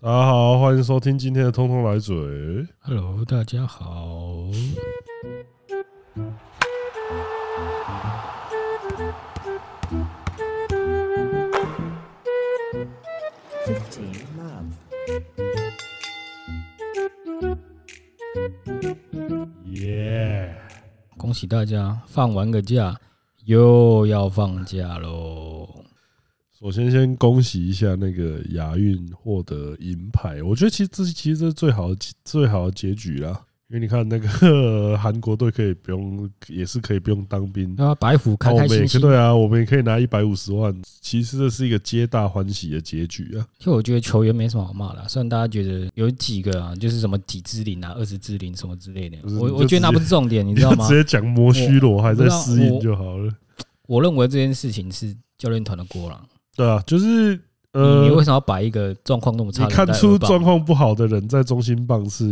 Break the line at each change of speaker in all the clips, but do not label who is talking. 大家好，欢迎收听今天的《通通来嘴》。
Hello，大家好。
15 love.
耶！
恭喜大家放完个假，又要放假喽！
首先先恭喜一下那个亚运获得银牌，我觉得其实这其实这是最好的最好的结局啦。因为你看那个韩国队可以不用，也是可以不用当兵。
啊，白虎
那
开
我
开
们也
心
可
心。
对啊，我们也可以拿一百五十万，其实这是一个皆大欢喜的结局啊。
其实我觉得球员没什么好骂的啊，虽然大家觉得有几个啊，就是什么几支零啊、二十支零什么之类的
不是，你
我
就
我觉得那
直接
不是重点，你
你
知道
就
吗
直？接讲摩须罗还在
我
失
我
忆就好了。
我认为这件事情是教练团的锅了。
对啊，就是呃，
你你为什么要把一个状况那么差
你
的
看
人带
出
二棒
状况不好的人在中心棒是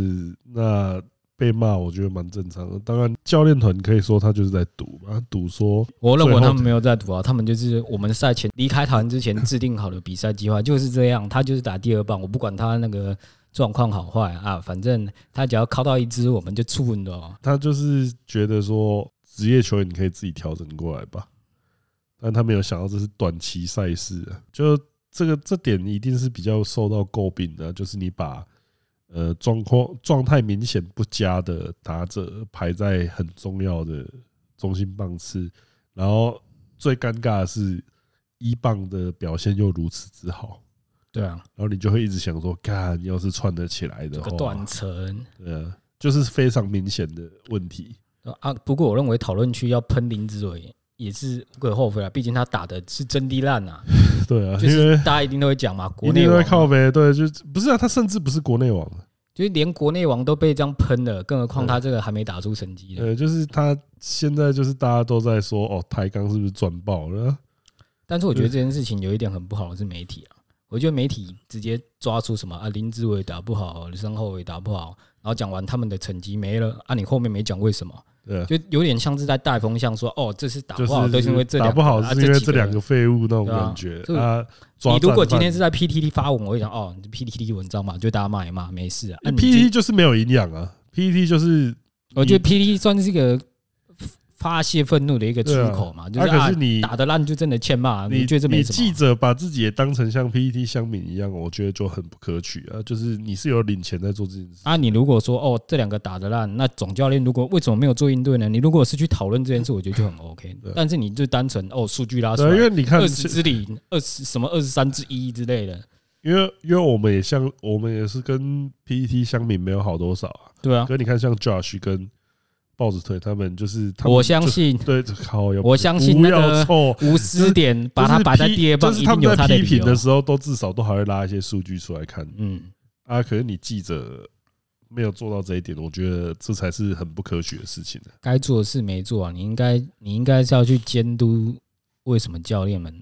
那被骂，我觉得蛮正常的。当然，教练团可以说他就是在赌嘛，赌说
我认为
最后
他们没有在赌啊，他们就是我们赛前离开台湾之前制定好的比赛计划就是这样，他就是打第二棒，我不管他那个状况好坏啊，反正他只要靠到一支，我们就出稳的哦。
他就是觉得说职业球员你可以自己调整过来吧，但他没有想到这是短期赛事、啊，就这个这点一定是比较受到诟病的啊，就是你把。呃，状况状态明显不佳的打者排在很重要的中心棒次，然后最尴尬的是一棒的表现又如此之好，
对啊，
然后你就会一直想说，干要是串得起来的
这
话
个，断层
对啊，就是非常明显的问题。
啊。不过我认为讨论区要喷林志伟也是无可厚非啊，毕竟他打的是真的烂 啊，
对啊，
就
因
是
为
大家一定都会讲嘛，
一
国内
定会
王
靠呗，对，就是不是啊，他甚至不是国内网，
就是连国内王都被这样喷了，更何况
对
他这个还没打出成绩呢。
呃，就是他现在就是大家都在说哦，台钢是不是赚爆了？
但是我
嗯
觉得这件事情有一点很不好的是媒体啊，我觉得媒体直接抓出什么啊林志伟打不好，身后伟打不好，然后讲完他们的成绩没了啊，你后面没讲为什么，
对啊，
就有点像是在带风向说哦，这是打
就
不好都是因为这
打
两
不
个
好
啊
是因为
几
这两个
人。
废物那种
对啊
感觉
就
啊。抓
你如果
战犯
今天是在 PTT 发文，我会讲哦你，PTT 文章嘛，就大家骂一骂，没事啊。
哎
啊你今
PPT E 就是没有营养啊，PPT 就是
我觉得 PTT 算是一个发泄愤怒的一个出
对啊
口嘛，就
啊，
是
可
啊
是，你
打得烂就真的欠骂，
你
你觉得这没
你
什么啊？
记者把自己也当成像 E PPT 乡民一样，我觉得就很不可取啊。就是你是有领钱在做这件事，
啊，你如果说哦，这两个打得烂，那总教练如果为什么没有做应对呢？你如果是去讨论这件事，我觉得就很 OK
嗯对。
但是你就单纯哦，数据拉出
对啊，因
来
为你看
二十之零、二十什么二十三之一之类的，
因为因为我们也像我们也是跟 PPT 相比没有好多少啊。
对啊
可，是你看像 Josh 跟豹子腿他们就是他们
我相
就是
信
对靠要
我相信
不
那个
要凑。
无私点把它
就是
摆在
批
第二棒，
就
一
是他
定
们
有
在
他的
批
理
评的
由。
时候，都至少都还会拉一些数据出来看
嗯，
啊。可是你记者没有做到这一点，我觉得这才是很不可取的事情啊
该做的事没做啊，你应该你应该是要去监督为什么教练们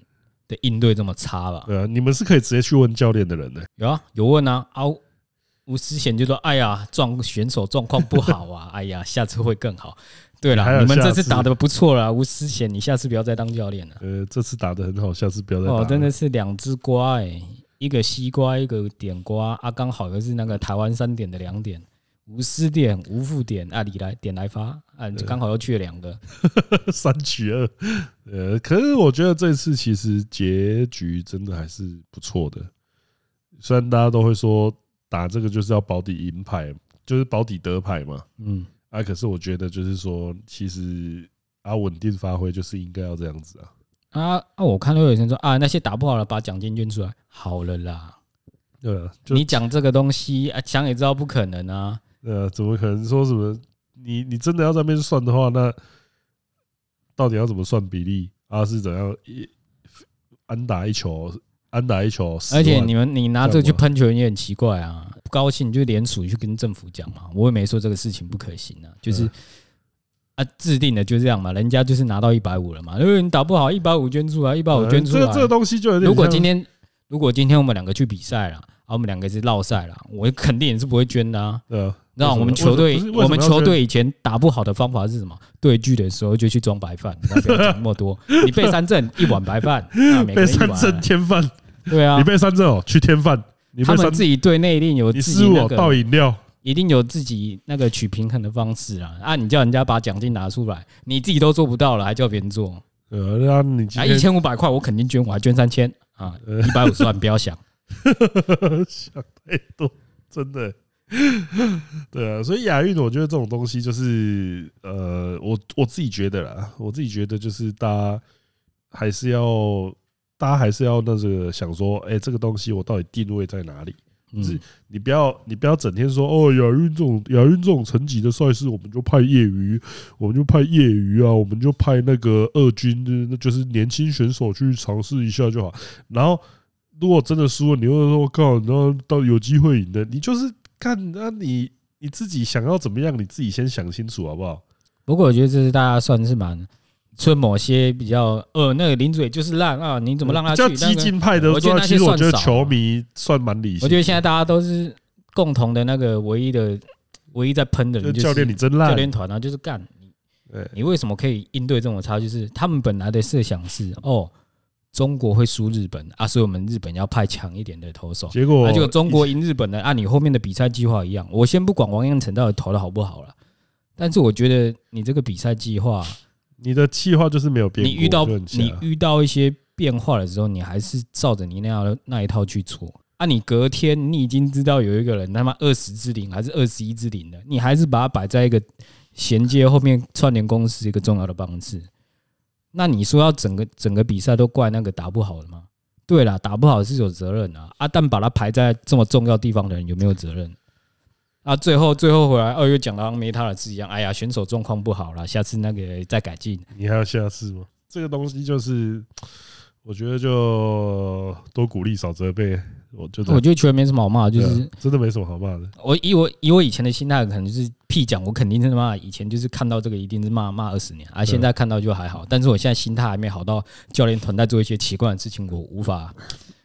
的应对这么差吧？
对啊，你们是可以直接去问教练的人呢、
有啊，有问啊啊！吴思贤就说：“哎呀，状选手状况不好 啊，哎呀，下次会更好。”对
还有
啦，你们
下
这次
次
打的不错啦，吴思贤，你下次不要再当教练了。
呃，这次打的很好，下次不要再打了。
哦，真的是两只瓜哎、一个西瓜，一个点瓜啊，刚好又是那个台湾三点的两点，无私点、无负点啊，你来点来发啊，就刚好又去了两个。
三取二。呃，可是我觉得这次其实结局真的还是不错的，虽然大家都会说打这个就是要保底银牌，就是保底得牌嘛。
嗯，
啊，可是我觉得就是说，其实啊，稳定发挥就是应该要这样子啊。
啊啊，我看到有人说啊，那些打不好了，把奖金捐出来，好了啦。
对啊，就
你讲这个东西啊，想也知道不可能啊。
呃，怎么可能说什么？你你真的要在那边算的话，那到底要怎么算比例啊？是怎样一安打一球，安打一球10万，
而且你们你拿这个
这
去
样吗
喷球员也很奇怪啊！不高兴就联署去跟政府讲嘛，我也没说这个事情不可行啊，就是
嗯
啊制定的就这样嘛，人家就是拿到一百五了嘛，因为你打不好一百五捐出来，一百五
呃
捐出
这
来
个。这个东西就有点像。
如果今天如果今天我们两个去比赛了，啊，我们两个是绕赛了，我肯定也是不会捐的啊。
对啊，为
那
什么
我们球队
为什么，不是
我们球
为
队以前打不好的方法是什么？对局的时候就去装白饭，那不要讲那么多。你被三振一碗白饭，那每
什么要被三
个人一碗啊
振天饭，
对啊，
你被三振哦，去天饭，你
他
被
们
三
自己队内一定有
你
自
失
己
误
那
我倒
个，
饮料，
一定有自己那个取平衡的方式啦。啊，你叫人家把奖金拿出来，你自己都做不到了，还叫别人做？
呃，那你今
啊，一
天
千五百块我肯定捐，我还捐三千啊，
呃
一百五十万不 要想。
想太多，真的。 对啊，所以亚运，我觉得这种东西就是，呃，我我自己觉得啦，我自己觉得就是大家还是要，大家还是要那个想说，哎、这个东西我到底定位在哪里？是
嗯，
你不要你不要整天说哦，亚运这种亚运这种层级的赛事，我们就派业余，我们就派业余啊，我们就派那个二军，就是那就是年轻选手去尝试一下就好。然后如果真的输了，你又说靠，然后到有机会赢的，你就是看那、你你自己想要怎么样，你自己先想清楚好不好？
不过我觉得这是大家算是蛮。村某些比较呃，那个林主也就是烂啊，你怎么让他
比
去？
较
那
激
个
进派的
我觉得
说，
那
其
些
实我
算
觉得
少啊
球迷算蛮理性。
我觉得现在大家都是共同的那个唯一的唯一在喷的
就
人，就是
教练你真烂哎
教，练团啊，就是干你
对，
你为什么可以应对这种差？就是他们本来的设想是哦，中国会输日本啊，所以我们日本要派强一点的投手。
结果
那就中国赢日本的，按你后面的比赛计划一样。我先不管王彦辰到底投的好不好了，但是我觉得你这个比赛计划，
你的气话就是没有变
你
过，
遇到
就很
你
瞎
遇到一些变化的时候，你还是照着你那样的那一套去做。啊，你隔天你已经知道有一个人他妈二十支零还是二十一支零的，你还是把它摆在一个衔接后面串联公司一个重要的方式。那你说要整个整个比赛都怪那个打不好的吗？对啦，打不好是有责任啊，啊，但把它排在这么重要地方的人有没有责任？啊，最后最后回来二月讲的没他的事一样，哎呀，选手状况不好啦，下次那个再改进。
你还有下次吗？这个东西就是，我觉得就多鼓励少责备，我就这
我
样
觉得球员没什么好骂，就
对
是
啊真的没什么好骂的。
我以我以我以前的心态，可能就是屁讲，我肯定是他妈以前就是看到这个一定是骂骂二十年啊，现在看到就还好，但是我现在心态还没好到教练团在做一些奇怪的事情，我无法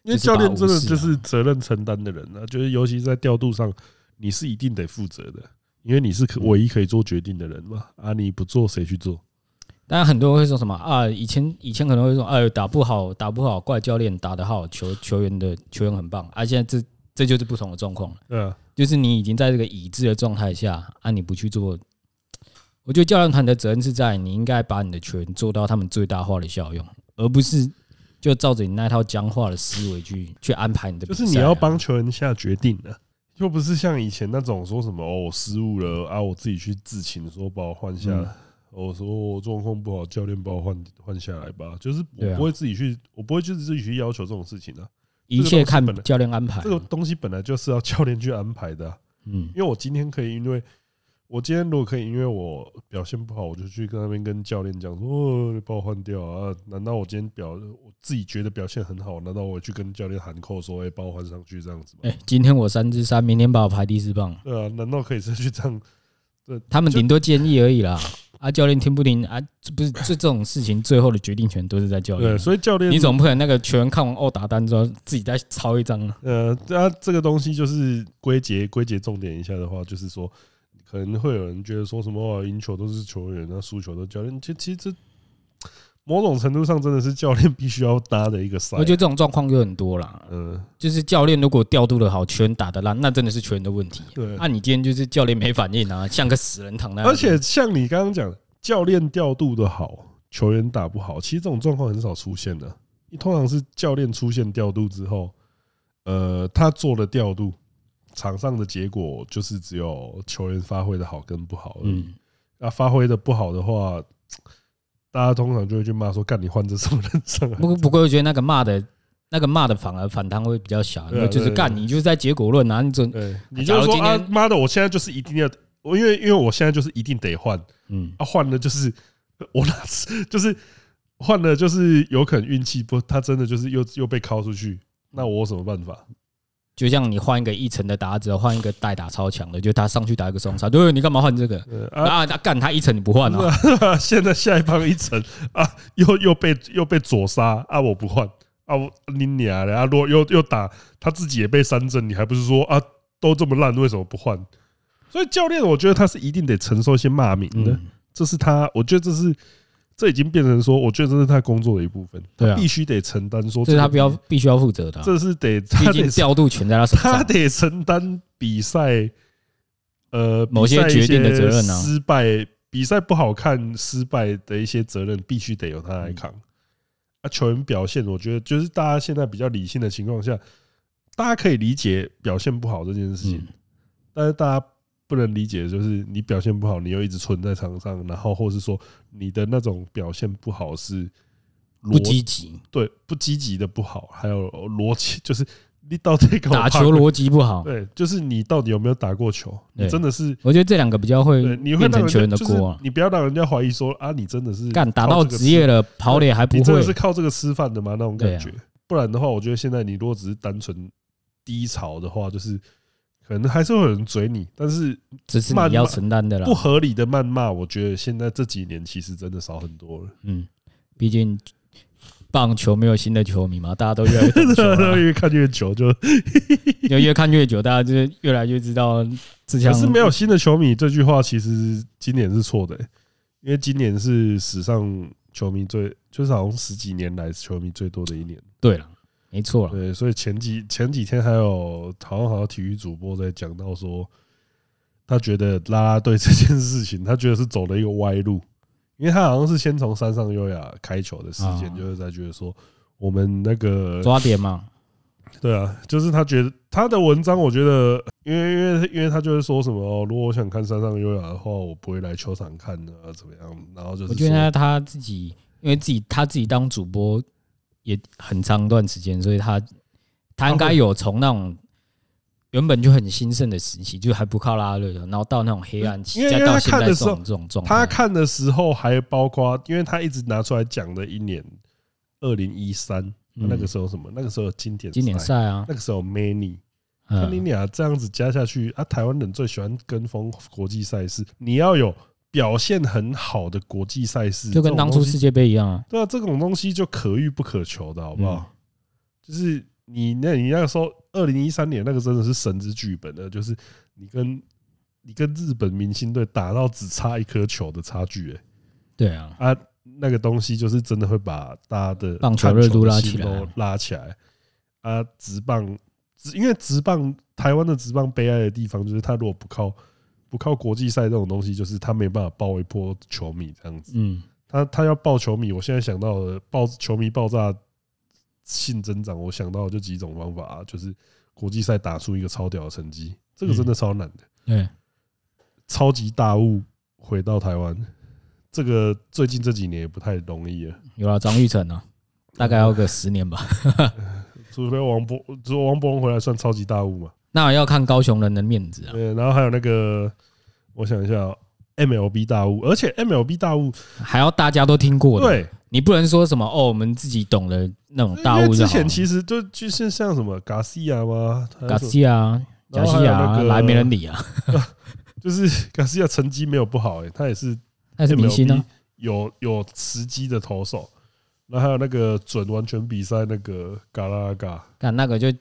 因为教练真的就是责任承担的人啊，就是尤其在调度上，你是一定得负责的，因为你是可唯一可以做决定的人嘛。啊，你不做谁去做？
当然，很多人会说什么啊？以前以前可能会说，哎，打不好，打不好，怪教练；打得好，球球员的球员很棒。啊，现在这这就是不同的状况了，
对啊，
就是你已经在这个已知的状态下，啊，你不去做，我觉得教练团的责任是在你应该把你的球员做到他们最大化的效用，而不是就照着你那套僵化的思维去去安排你的比
就
赛啊、
是你要帮球员下决定的、又不是像以前那种说什么哦，我失误了啊，我自己去自请说把我换下来。
嗯
我说哦我状况不好，教练把我换换下来吧。就是
对
我
啊
不会自己去，我不会就是自己去要求这种事情的、
一切看
这个东西本来
教练安排啊。
这个东西本来就是要教练去安排的啊、
嗯
因为我今天可以，因为我今天如果可以，因为我表现不好，我就去跟那边跟教练讲说，哦，你把我换掉啊！难道我今天表我自己觉得表现很好，难道我去跟教练喊扣说，哎、把我换上去这样子吗？
哎、今天我三支三，明天把我排第四棒。
对啊，难道可以是去这样？
他们
就
顶多建议而已啦。啊，教练听不听啊？这不是这这种事情，最后的决定权都是在教
对，啊
练。
所以教练
你总不可能那个球员看完殴打单之后，自己再抄一张啊？
呃，那这个东西就是归结归结重点一下的话，就是说，可能会有人觉得说什么哦赢球都是球员，那输球都是教练。其其实这某种程度上真的是教练必须要搭的一个赛。
我觉得这种状况就很多啦。
嗯，
就是教练如果调度的好，球员打得烂，那真的是球员的问题。
对。
那你今天就是教练没反应啊，像个死人躺那样。
而且像你刚刚讲，教练调度的好，球员打不好，其实这种状况很少出现的。你通常是教练出现调度之后，呃，他做了调度，场上的结果就是只有球员发挥的好跟不好而已。
嗯，
那啊发挥的不好的话，大家通常就会去骂说：“干你换这什么人上来
不过不过我觉得那个骂的，那个骂的反而反弹会比较小，因
对啊
为就是
对对
干你就是在结果论啊，你？” 准
对，你
假
就
如
说
今
啊
天，
妈的，我现在就是一定要，我因为因为我现在就是一定得换，
嗯
啊，换了就是我那次就是换了就是有可能运气不，他真的就是又又被敲出去，那我有什么办法？
就像你换一个一层的打者，换一个代打超强的，就他上去打一个双杀，对，你干嘛换这个？
呃啊，
啊，他干他一层你不换啊？
现在下一棒一层啊，又又被又被左杀啊，我不换啊，我你娘的啊！如果又又打他自己也被三振，你还不是说啊都这么烂，为什么不换？所以教练，我觉得他是一定得承受一些骂名的，
嗯，
这是他，我觉得这是这已经变成说，我觉得这是他工作的一部分，
对啊
必须得承担说
这是他
不
必要必须要负责的啊、
这是得
毕
他
竟
得
调度权在他手
他
上。
得承担比赛，呃，
某些
比赛一
决定的责任啊
失败比赛不好看，失败的一些责任必须得由他来
嗯
扛。啊，球员表现，我觉得就是大家现在比较理性的情况下，大家可以理解表现不好这件事情，
嗯，
但是大家不能理解的就是你表现不好，你又一直存在场上，然后或是说你的那种表现不好是
不
逻
积极，
对不积极的不好，还有逻辑就是你到底搞
打
怕
球逻辑不好。
对，就是你到底有没有打过球？你
对
真的是
我觉得这两个比较会
对，你会
变
让
成球员
人家
的
就是
锅啊。
你不要让人家怀疑说啊，你真的是
干打
靠
到
这个
职业
吃，
了，跑垒还不
你真的
会
是，靠这个吃饭的吗？那种
对
感
啊
觉。不然的话，我觉得现在你如果只是单纯低潮的话，就是可能还是会有人追你，但是
只是
慢
你要
慢
承担的啦
不。合理的谩骂，我觉得现在这几年其实真的少很 多了。
嗯，毕竟棒球没有新的球迷嘛，大家都越来越懂球 了，
越看越久，就
就越看越久，大家就是越来越知道志
可
强
是没有新的球迷这句话，其实今年是错的、欸因为今年是史上球迷最，就是好像十几年来球迷最多的一年。
对了，没错了，
对，所以前几前几天还有好像好像体育主播在讲到说，他觉得啦啦队这件事情，他觉得是走了一个歪路，因为他好像是先从山上优雅开球的事件，
啊
就是在觉得说我们那个
抓点嘛，
对啊，就是他觉得他的文章，我觉得，因为因为因为他就会说什么、哦，如果我想看山上优雅的话，我不会来球场看的、啊，怎么样？然后就是
我觉
说
得他自己，因为自己他自己当主播也很长一段时间，所以他他应该有从那种原本就很兴盛的时期，就还不靠拉拉队的，然后到那种黑暗期
因，为
再
因为
到
他
现
看
在
的
这
时候
种这种状
他
态，
看的时候还包括，因为他一直拿出来讲的一年，二零一三
嗯
那个时候什么？那个时候有经典
经典赛啊，
那个时候有 many，那你
嗯，
俩啊这样子加下去啊，台湾人最喜欢跟风国际赛事，你要有表现很好的国际赛事，
就跟当初
是。
世界杯一样啊，
对啊，这种东西就可遇不可求的，好不好？
嗯
就是你那，你那个时候二零一三年那个真的是神之剧本的，就是你跟你跟日本明星队打到只差一颗球的差距、欸，
对啊，
啊，那个东西就是真的会把大家的
棒球
看
热度
的
拉
心
起来
都拉起来。啊，直棒，直因为直棒台湾的直棒悲哀的地方就是，他如果不靠不靠国际赛这种东西，就是他没办法爆一波球迷这样子。
嗯，
他他要爆球迷，我现在想到的爆球迷爆炸性增长，我想到的就几种方法、啊，就是国际赛打出一个超屌的成绩，这个
嗯
真的超难的，
对，
超级大物回到台湾，这个最近这几年也不太容易了，
有了张玉成啊，大概要个十年吧。
除非王博，只有王博文回来算超级大物嘛，
那要看高雄人的面子啊，
对，然后还有那个，我想一下哦、MLB 大物，而且 MLB 大物，
还要大家都听过的，
对，
你不能说什么哦，我们自己懂的那种大
因
物
为之
就好了
前。其实就就是像什么 Garcia 吗还有什么
西亚、
然
贾
后还
西
有
亚
那
啊
个
来没人理啊，
就是 卡西亚成绩没有不好、欸，他也是
那是明星啊
MLB，有有时机的投手。然后还有那个准完全比赛那个嘎啦嘎，
干那个就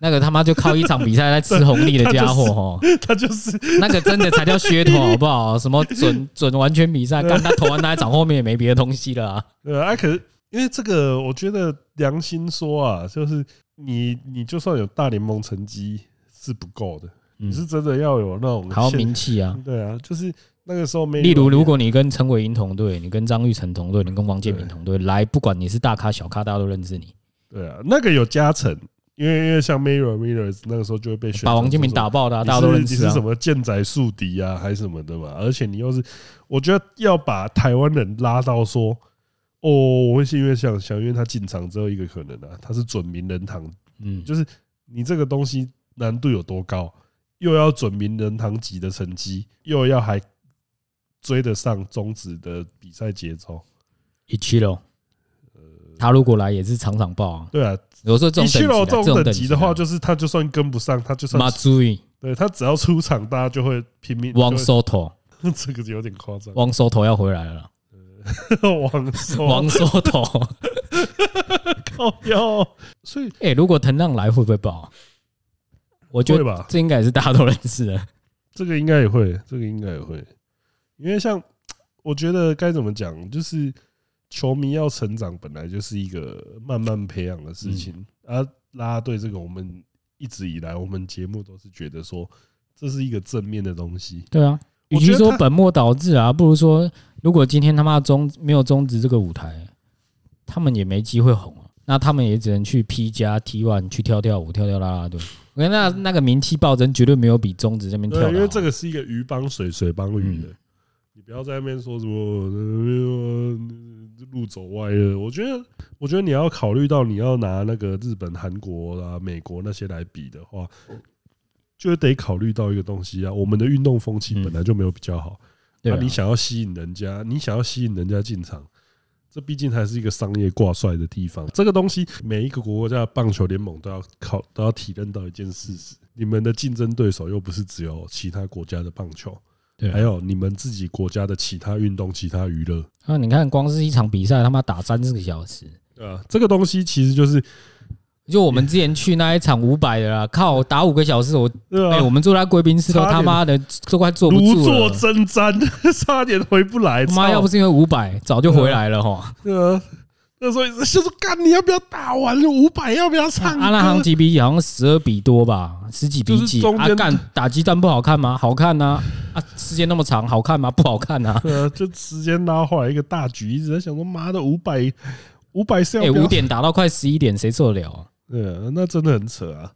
那个他妈就靠一场比赛在吃红利的家伙哦，
他就是
那个真的才叫 噱头好不好？什么准准完全比赛，干他投完那一场后面也没别的东西了啊。
呃，哎、可是因为这个，我觉得良心说啊，就是你你就算有大联盟成绩是不够的，你是
嗯，
真的要有那种
还有
现
名气啊。
对啊，就是那个时候没
例如，
有
如果你跟陈伟霆同队，你跟张玉成同队，你跟王建民同队，来，不管你是大咖小咖，大家都认识你，
对啊，那个有加成，因为因为像 Mirror Mirrors 那个时候就会被选
把
成
王建民
说什么
打爆的啊、
你
大家都
是
认
你
识
是
啊
什。么舰载宿敌啊，还是什么的嘛？而且你又是，我觉得要把台湾人拉到说，哦，我会是因为想想，因为他进场只有一个可能啊，他是准名人堂，
嗯，
就是你这个东西难度有多高，又要准名人堂级的成绩，又要还追得上中职的比赛节奏，
一七六，他如果来也是场场爆啊。
对啊，
有时候这
你
种
去
等级
了
的
这种等级的话，
啊
就是他就算跟不上，他就算
马注意
对他只要出场，大家就会拼命。
汪
就
收头，
会 这个有点夸张，
汪收头要回来了啦，
王收
汪收头。
哦哟，所以
哎，如果腾浪来会不会爆啊？我觉
会
得
吧
这应该也是大家都认识的。
这个应该也会，这个应该也会，因为像我觉得该怎么讲，就是球迷要成长本来就是一个慢慢培养的事情，啊而啦啦队这个我们一直以来我们节目都是觉得说这是一个正面的东西，
对啊，与
我觉
其
得
说
他
本末倒置啊，不如说如果今天他妈终没有终止这个舞台，他们也没机会红啊。那他们也只能去 P 加 T one 去跳跳舞、跳跳啦啦队。我跟那那个名气暴增，绝对没有比中指这边跳的
对，啊
嗯好。啊
因为这个是一个鱼帮水，水帮鱼的。你不要在那边说什么呃路走歪了。我觉得，我觉得你要考虑到你要拿那个日本、韩国啊、美国那些来比的话，
哦
就得考虑到一个东西啊，我们的运动风气
嗯
本来就没有比较好。
对
那
啊、
你想要吸引人家，你想要吸引人家进场，这毕竟还是一个商业挂帅的地方。这个东西，每一个国家的棒球联盟都要考，都要体认到一件事实：你们的竞争对手又不是只有其他国家的棒球，
对啊
还有你们自己国家的其他运动、其他娱乐。
啊，你看光是一场比赛，他妈打三四个小时。
对啊，这个东西其实就是
就我们之前去那一场五百的啦，靠，打五个小时，我
对
哎、
啊，
我们坐在贵宾室都
差点
他妈的都快坐不
如
住了
坐。针毡， 差点回不来。
妈，
操
要不是因为五百，早就回来了哈。
对啊，那时候一直就是干，你要不要打完五百？要不要唱歌？
啊阿拉航几比几好像十二比多吧，十几比
就是
几。
中
啊
间，
干打击战不好看吗？好看呐、啊。时间那么长，好看吗？不好看啊 呐、
呃，就时间拉回来一个大局，一直在想说，妈的，五百五百是
哎、
要
五
标，
点打到快十一点，谁受得了啊？
呃，那真的很扯啊！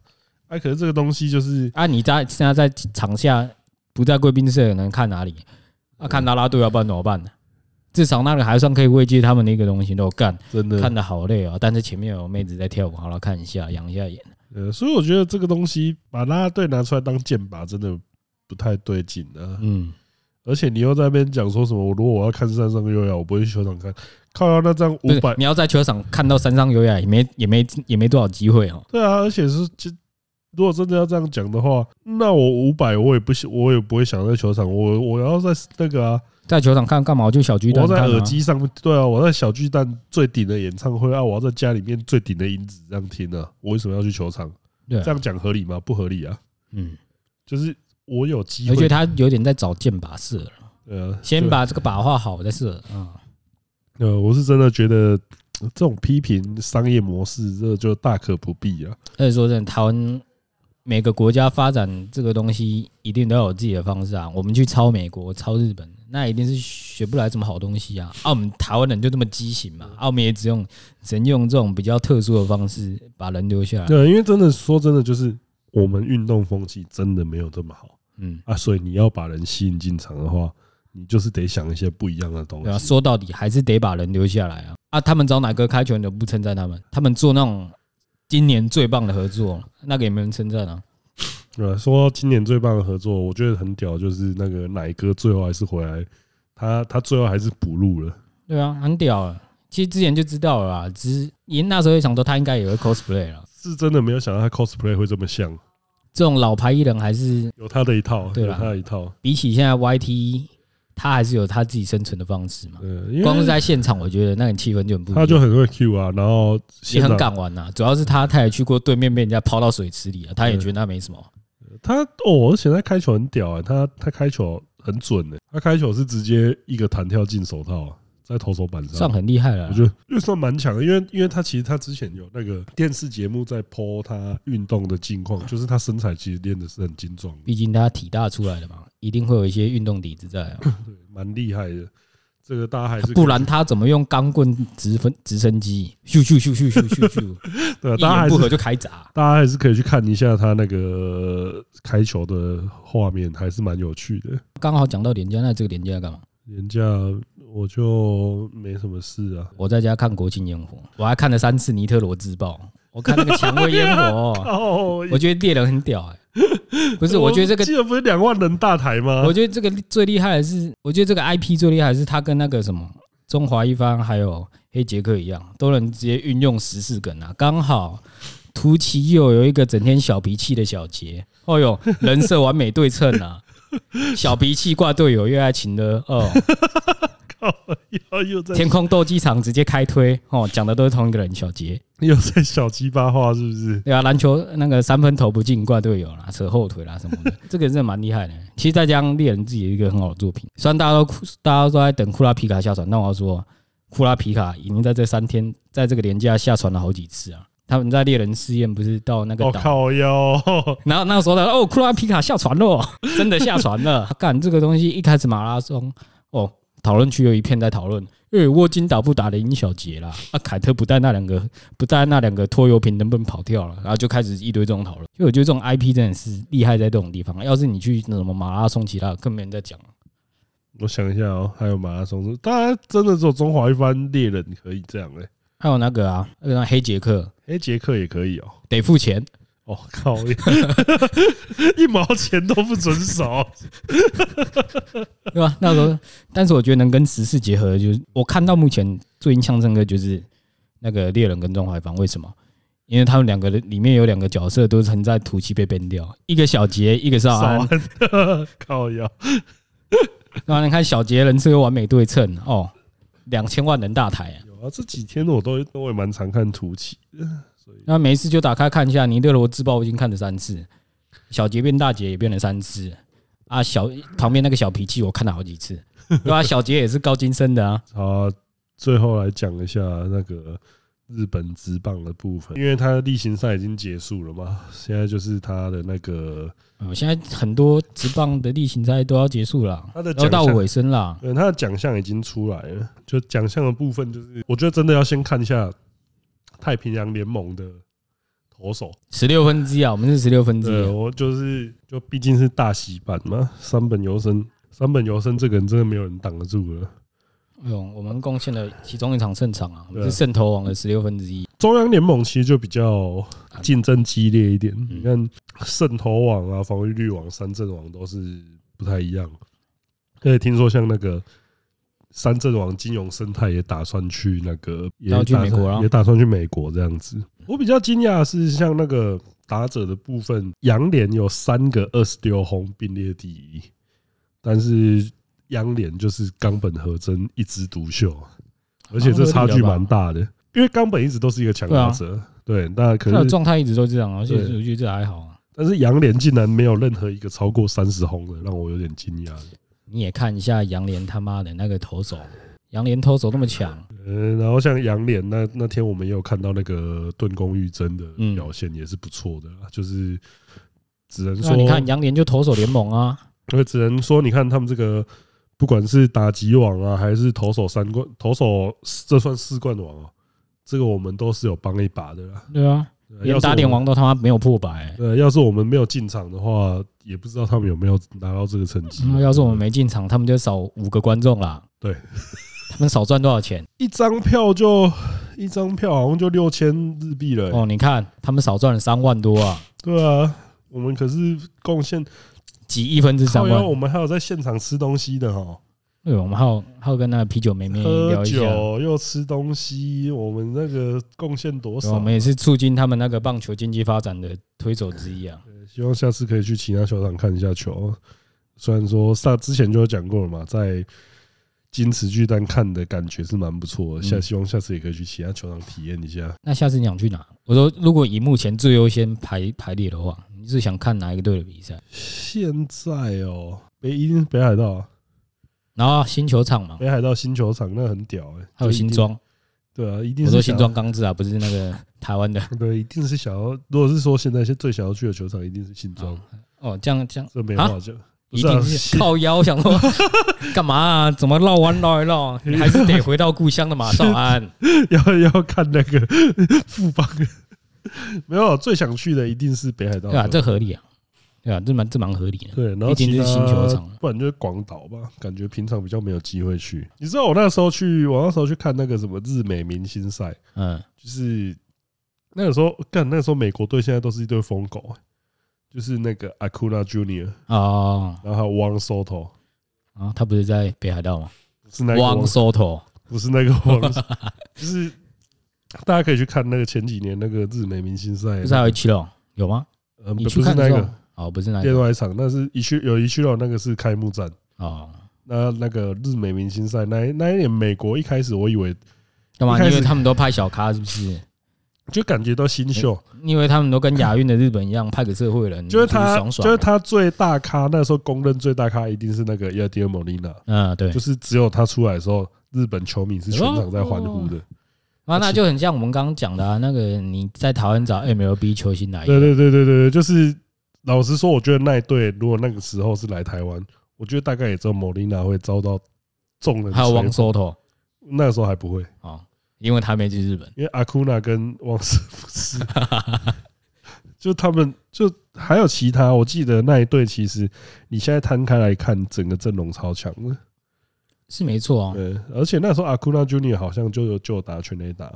哎，可是这个东西就是，
啊，你在现在在场下不在贵宾室，的能看哪里？啊，看拉拉队，要不然怎么办呢？至少那个还算可以慰藉他们的一个东西。都干，
真的
看，的好累啊、但是前面有妹子在跳舞，好了，看一下，养一下眼。
呃，所以我觉得这个东西把啦啦队拿出来当剑拔，真的不太对劲啊！
嗯，
而且你又在那边讲说什么，我如果我要看山上优雅，我不会去球场看，靠腰那张
不
五
是
百，
你要在球场看到山上优雅，也没也没也没多少机会哦。
对啊，而且是就。如果真的要这样讲的话，那我五百我也不想，我也不会想在球场，我我要在那个啊，
在球场看干嘛？我就小巨
我
蛋
要在
看、啊、
耳机上面，对啊，我在小巨蛋最顶的演唱会啊，我要在家里面最顶的音质这样听啊，我为什么要去球场？
对啊、
这样讲合理吗？不合理啊，
嗯，
就是我有机
我觉得
会，
他有点在找箭靶射了，
呃，
先
对
把这个靶画好再射。嗯，
呃，我是真的觉得呃这种批评商业模式，这就大可不必啊。
而且说真的，台湾每个国家发展这个东西一定都要有自己的方式啊。我们去抄美国、抄日本，那一定是学不来什么好东西啊。啊，我们台湾人就这么畸形嘛，啊，我们也只用只能用这种比较特殊的方式把人留下来。
对，因为真的说真的，就是我们运动风气真的没有这么好
嗯，
啊，所以你要把人吸引进场的话，你就是得想一些不一样的东
对啊，
西。
说到底还是得把人留下来啊！啊，他们找哪个开球你都不称赞他们，他们做那种今年最棒的合作，那个也没人称赞啊。
呃，说到今年最棒的合作，我觉得很屌，就是那个奶哥最后还是回来，他他最后还是补录了。
对啊，很屌啊！其实之前就知道了啊，只是因那时候也想说他应该也会 cosplay 了。
是真的没有想到他 cosplay 会这么像，
这种老牌艺人还是
有他的一套，
对啊
有
啦
他的一套。
比起现在 YT，他还是有他自己生存的方式嘛。
嗯，因
光是
为
在现场，我觉得那个气氛就很不一
他
样，
就很会 Q 啊，然后
也
现
很
场
敢玩呐、啊主要是他他也去过对面被人家抛到水池里啊，他也觉得那没什么。
他哦，而且他开球很屌啊，他他开球很准呢、他开球是直接一个弹跳进手套、啊，在投手板
算
上。
很厉害了啊，
我觉得就算蛮强的，因为因为他其实他之前有那个电视节目在 po 他运动的近况，就是他身材其实练的是很精壮的。
毕竟他体大出来的嘛，一定会有一些运动底子在啊，
对，蛮厉害的。这个大家 还是
不然他怎么用钢棍直分直升机咻咻咻咻咻 咻咻，
对啊，
一
大家
言
还
不合
是
就开砸。
大家还是可以去看一下他那个开球的画面，还是蛮有趣的。
刚好讲到廉价，那这个廉价干嘛？
廉价我就没什么事啊，
我在家看国庆烟火，我还看了三次尼特罗自爆，我看那个蔷薇烟火哦，
哦，
我觉得猎人很屌哎、不
不
是，我觉得这个，
记得不是两万人大台吗？
我觉得这个最厉害的是，我觉得这个 IP 最厉害的是他跟那个什么中华一番还有黑杰克一样，都能直接运用十四梗啊，刚好图奇又有一个整天小脾气的小杰，哦哟，人设完美对称啊，小脾气挂队友又爱情的哦，
靠，又 又在
天空斗鸡场直接开推哦，讲的都是同一个人，小杰
又在小鸡巴话是不是？
对啊，篮球那个三分投不进挂队友啦，扯后腿啦什么的，这个真的蛮厉害的。其实再加上猎人自己有一个很好的作品，虽然大家都哭大家都在等库拉皮卡下船，那我要说，库拉皮卡已经在这三天，在这个廉价下船了好几次啊。他们在猎人试验不是到那个
我
岛，
哦靠哟，
然后那个时候的哦，库拉皮卡下船了，真的下船 了。干这个东西一开始马拉松哦，讨论区有一片在讨论，因为沃金打不打赢小杰啦？啊，凯特不带那两个不带那两个拖油瓶能不能跑掉了？然后就开始一堆这种讨论。因为我觉得这种 IP 真的是厉害在这种地方，啊要是你去那什么马拉松其他的更没人在讲了。
我想一下哦，还有马拉松，当然真的只有中华一番猎人可以这样哎、
还有那个啊，那个黑杰克
欸，哎，杰克也可以哦、
得付钱，
我哦靠， 一毛钱都不准少。
对吧？那时候，但是我觉得能跟时事结合，就是我看到目前最印象深刻就是那个猎人跟中怀坊，为什么？因为他们两个人里面有两个角色都曾在土气被变掉，一个小杰，一个是
少
阿安。
安，靠腰，
那你看小杰人设又完美对称哦，两千万人大台、啊，
有啊！这几天我都都也蛮常看图奇，
那每一次就打开看一下《尼德罗自爆》，我已经看了三次，小杰变大杰也变了三次啊，小旁边那个小脾气我看了好几次，对吧、小杰也是高金生的啊，
啊，最后来讲一下那个日本职棒的部分，因为他的例行赛已经结束了嘛，现在就是他的那个，
嗯，现在很多职棒的例行赛都要结束了，
他的
都
奖
到
项
尾声啦。
嗯，他的奖项已经出来了。就奖项的部分，就是我觉得真的要先看一下太平洋联盟的投手，
十六分之一啊，我们是十六分之
对，
一啊。
我就是就毕竟是大洗版嘛，三本游生，三本游生这个人真的没有人挡得住了。
哎呦，我们贡献了其中一场胜场啊，我们
对啊
是胜投王的十六分之一。
中央联盟其实就比较竞争激烈一点，
嗯
你看圣头网啊、防御率网、三阵网都是不太一样。而且听说像那个三阵网金融生态也打算去那个，也
要去
打
美国啊
也打算去美国这样子。我比较惊讶的是，像那个打者的部分，洋联有三个二十六轰并列第一，但是央联就是冈本和真一枝独秀，啊而且这差距蛮大的。因为冈本一直都是一个强打者，对，那可
啊他的
是
状态一直都这样啊，而且
对
我觉得这还好啊。
但是杨连竟然没有任何一个超过三十轰的，让我有点惊讶。
你也看一下杨连他妈的那个投手，杨连投手那么强，
嗯，然后像杨连那那天我们也有看到那个盾宫玉真的表现也是不错的啦，啊就是只能
嗯那
说
你看杨连就投手联盟啊，
我只能说，你看他们这个，不管是打击网啊，还是投手三冠、投手这算四冠王啊，这个我们都是有帮一把的啦。
对啊，连打点王都他妈没有破百、欸。
呃，要是我们没有进场的话，也不知道他们有没有拿到这个成绩。
嗯要是我们没进场，他们就少五个观众啦。
对，
他们少赚多少钱？
一张票就一张票，好像就六千日币了欸、
哦，你看他们少赚了三万多啊，
对啊，我们可是贡献，
几亿分之三
靠
万
腰。我们还有在现场吃东西的哈，
对，我们还有还有跟那个啤酒妹妹
喝
嗯聊一下，
酒又吃东西，我们那个贡献多
对啊
少
我？们也是促进他们那个棒球经济发展的推手之一啊。
希望下次可以去其他球场看一下球。虽然说上之前就有讲过了嘛，在金池巨蛋看的感觉是蛮不错的，下
嗯
希望下次也可以去其他球场体验一下。
那下次你想去哪？我说，如果以目前最优先排排列的话，你是想看哪一个队的比赛？
现在哦，北一定是北海道、啊，
然后新球场嘛，
北海道新球场那很屌哎、
还有
就一定
新庄，
对啊，一定
我
是
说
想
新庄刚志啊，不是那个 台湾的。
对，一定是想要。如果是说现在是最想要去的球场，一定是新庄，
哦，这样这样
这没
啊
话讲。不
一
是啊
定是靠腰，我想说干嘛啊？怎么绕弯绕一绕？你还是得回到故乡的 马绍安。
要要看那个 富邦，没有啊最想去的一定是北海道
对啊，
球
这合理啊，对啊，这蛮这蛮合理的。
对，然后
毕竟
其
是
他
新球场
不然就是广岛吧，感觉平常比较没有机会去。你知道我那时候去，我那时候去看那个什么日美明星赛，
嗯，
就是那个时候干，那个时候美国队现在都是一堆疯狗，欸就是那个 Acuna Junior，
哦，
然后还有 Wang Soto，
啊，他不是在北海道吗？
不是那个 Wang-
Wang Soto，
不是那个 Wang，就是 大家可以去看那个前几年那个日美明星赛啊
不，是还有一七六有吗？
呃，不
你
不
去
是
看的
那
时候
个，
哦，不是那
另
个，
外一场，那是一去有一去到那个是开幕战。
哦，
那那个日美明星赛那一那一年，美国一开始我以为
干嘛？
一开
因
始
为他们都拍小咖，是不是？
就感觉到新秀，
因为他们都跟亚运的日本一样，派个社会人
就是
出去
他，
嗯爽爽
就是他最大咖，那时候公认最大咖一定是那个 Yadier Molina，
嗯，对
就，是只有他出来的时候，日本球迷是全场在欢呼的。
啊，那就很像我们刚刚讲的啊，那个你在台湾找 MLB 球星来，
对对对对对对，就是老实说，我觉得那一队如果那个时候是来台湾，我觉得大概也只有 Molina 会遭到众人。
还有王，收头
那个时候还不会，
啊，因为他没去日本，
因为阿库纳跟王师傅是， 就他们就还有其他，我记得那一队其实你现在摊开来看，整个阵容超强的。
是没错啊。
对，而且那时候阿库纳 Junior 好像就有就有打全垒打，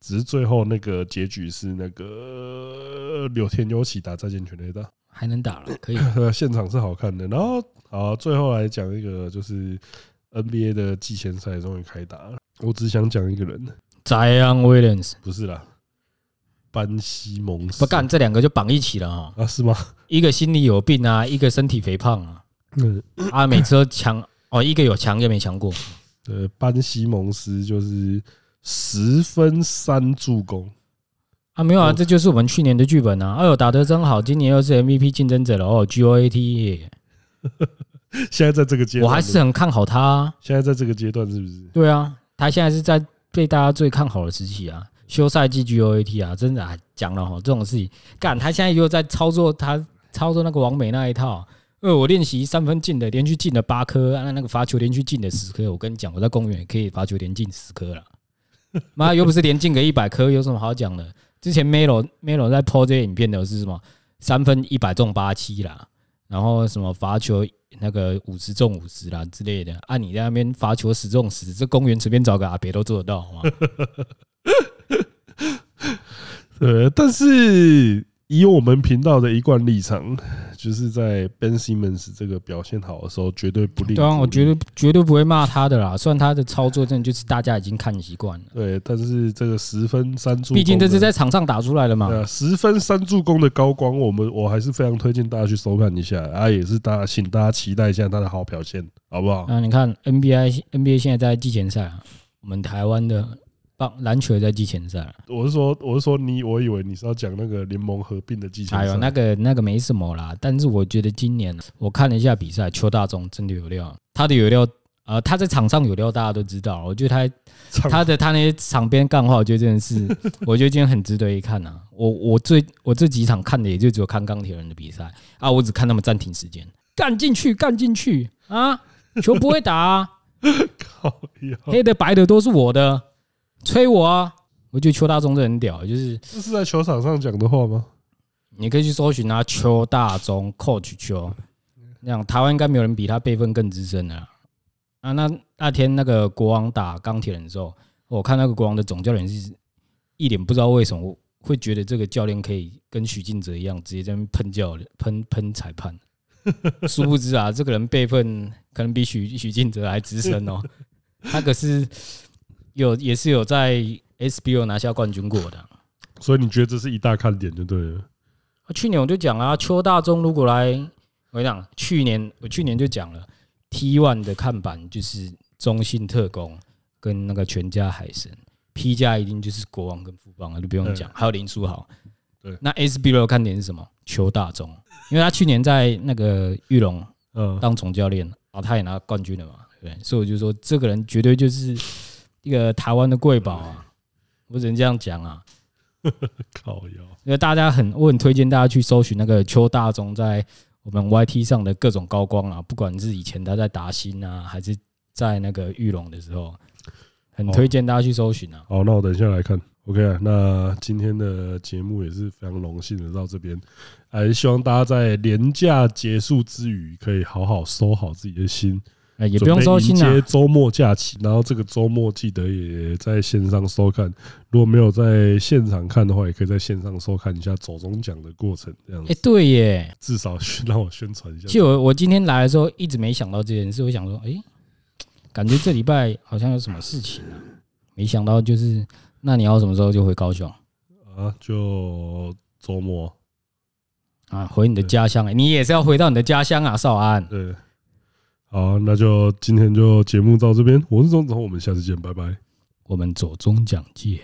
只是最后那个结局是那个呃柳田优起打再见全垒打，
还能打了，可以。
呃， 现场是好看的。然后好，最后来讲一个就是 NBA 的季前赛终于开打了，我只想讲一个人，
Zion Williams
不是啦，班西蒙斯
不干这两个就绑一起了啊、
啊？是吗？
一个心理有病啊，一个身体肥胖啊，
嗯，
啊，每次都强哦，一个有强，一个没强过。
呃，班西蒙斯就是十分三助攻，
啊，没有啊，
我
这就是我们去年的剧本啊！哎呦，打得真好，今年又是 MVP 竞争者了哦，GOAT，耶
现在在这个阶段，
我还是很看好他、啊。
现在在这个阶段，是不是？
对啊，他现在是在被大家最看好的时期啊，休赛季 GOAT 啊，真的啊，讲了哈，这种事情干，他现在又在操作他操作那个王美那一套。呃，我练习三分进的，连续进了八颗，啊那那个罚球连续进了十颗。我跟你讲，我在公园也可以罚球连进十颗了。妈，又不是连进个一百颗，有什么好讲的？之前 Melo Melo 在 PO 这些影片的是什么？三分一百中八七啦，然后什么罚球那个五十中五十啦之类的。啊，你在那边罚球十中十，这公园随便找个阿伯都做得到， 好吗？
对，呃但是以我们频道的一贯立场，就是在 Ben Simmons 这个表现好的时候，绝对不令
对啊，
鼓
我
励
绝对绝对不会骂他的啦。虽然他的操作真的就是大家已经看习惯了，
对。但是这个十分三助攻的，
毕竟这是在场上打出来的嘛。
呃十分三助攻的高光，我们我还是非常推荐大家去收看一下啊，也是大家请大家期待一下他的好表现，好不好？
那你看 NBA NBA 现在在季前赛啊，我们台湾的棒篮球也在季前赛啊，
我是说，我是说你，我以为你是要讲那个联盟合并的季前
哎
赛，
呦，那个那个没什么啦，但是我觉得今年我看了一下比赛，邱大中真的有料，他的有料，呃，他在场上有料，大家都知道。我觉得他
场
他的他那些场边干话，我觉得真的是，我觉得今天很值得一看啊。我我最我这几场看的也就只有看钢铁人的比赛啊，我只看他们暂停时间，干进去，干进去啊，球不会打、啊，
靠呀，
黑的白的都是我的，吹我啊！我觉得邱大中真的很屌，就是
这是在球场上讲的话吗？
你可以去搜寻啊，邱大中 Coach 邱，那样台湾应该没有人比他辈分更资深的啦。啊，那那天那个国王打钢铁人的时候，我看那个国王的总教练是一脸不知道为什么会觉得这个教练可以跟许晋哲一样，直接在那边喷教练、喷喷裁判。殊不知啊，这个人辈分可能比许许晋哲还资深哦。他可是有也是有在 SBO 拿下冠军过的啊、
所以你觉得这是一大看点就对了。
啊去年我就讲啊，邱大中如果来，我跟你讲，去年我去年就讲了，T one 的看板就是中信特工跟那个全家海神，P 加一定就是国王跟富邦啊了，就不用讲，还有林书豪。
对
那 SBL 的看点是什么？邱大中，因为他去年在那个玉龙
嗯，
当总教练，啊，他也拿冠军了嘛，对不对，所以我就说这个人绝对就是一个台湾的贵宝啊，我只能这样讲啊。
靠呀。
因为大家很，我很推荐大家去搜寻那个邱大中在我们 YT 上的各种高光啊，不管是以前他在达新啊，还是在那个玉龙的时候，
哦
很推荐大家去搜寻啊。
好，那我等一下来看。OK，啊那今天的节目也是非常荣幸的到这边，还希望大家在年假结束之余，可以好好收好自己的心，
哎，也不用收心
准备迎
啊
接，周末假期。然后这个周末记得也在线上收看，如果没有在现场看的话，也可以在线上收看一下走中奖的过程，这样
哎
子，
对耶，
至少宣让我宣传一下。
其实我我今天来的时候一直没想到这件事，我想说，哎，感觉这礼拜好像有什么事情啊，没想到就是，那你要什么时候就回高雄
啊，就周末，
啊？回你的家乡、哎，你也是要回到你的家乡啊，少安，
对。好，那就今天就节目到这边，我是钟总，我们下次见，拜拜。
我们走中奖见。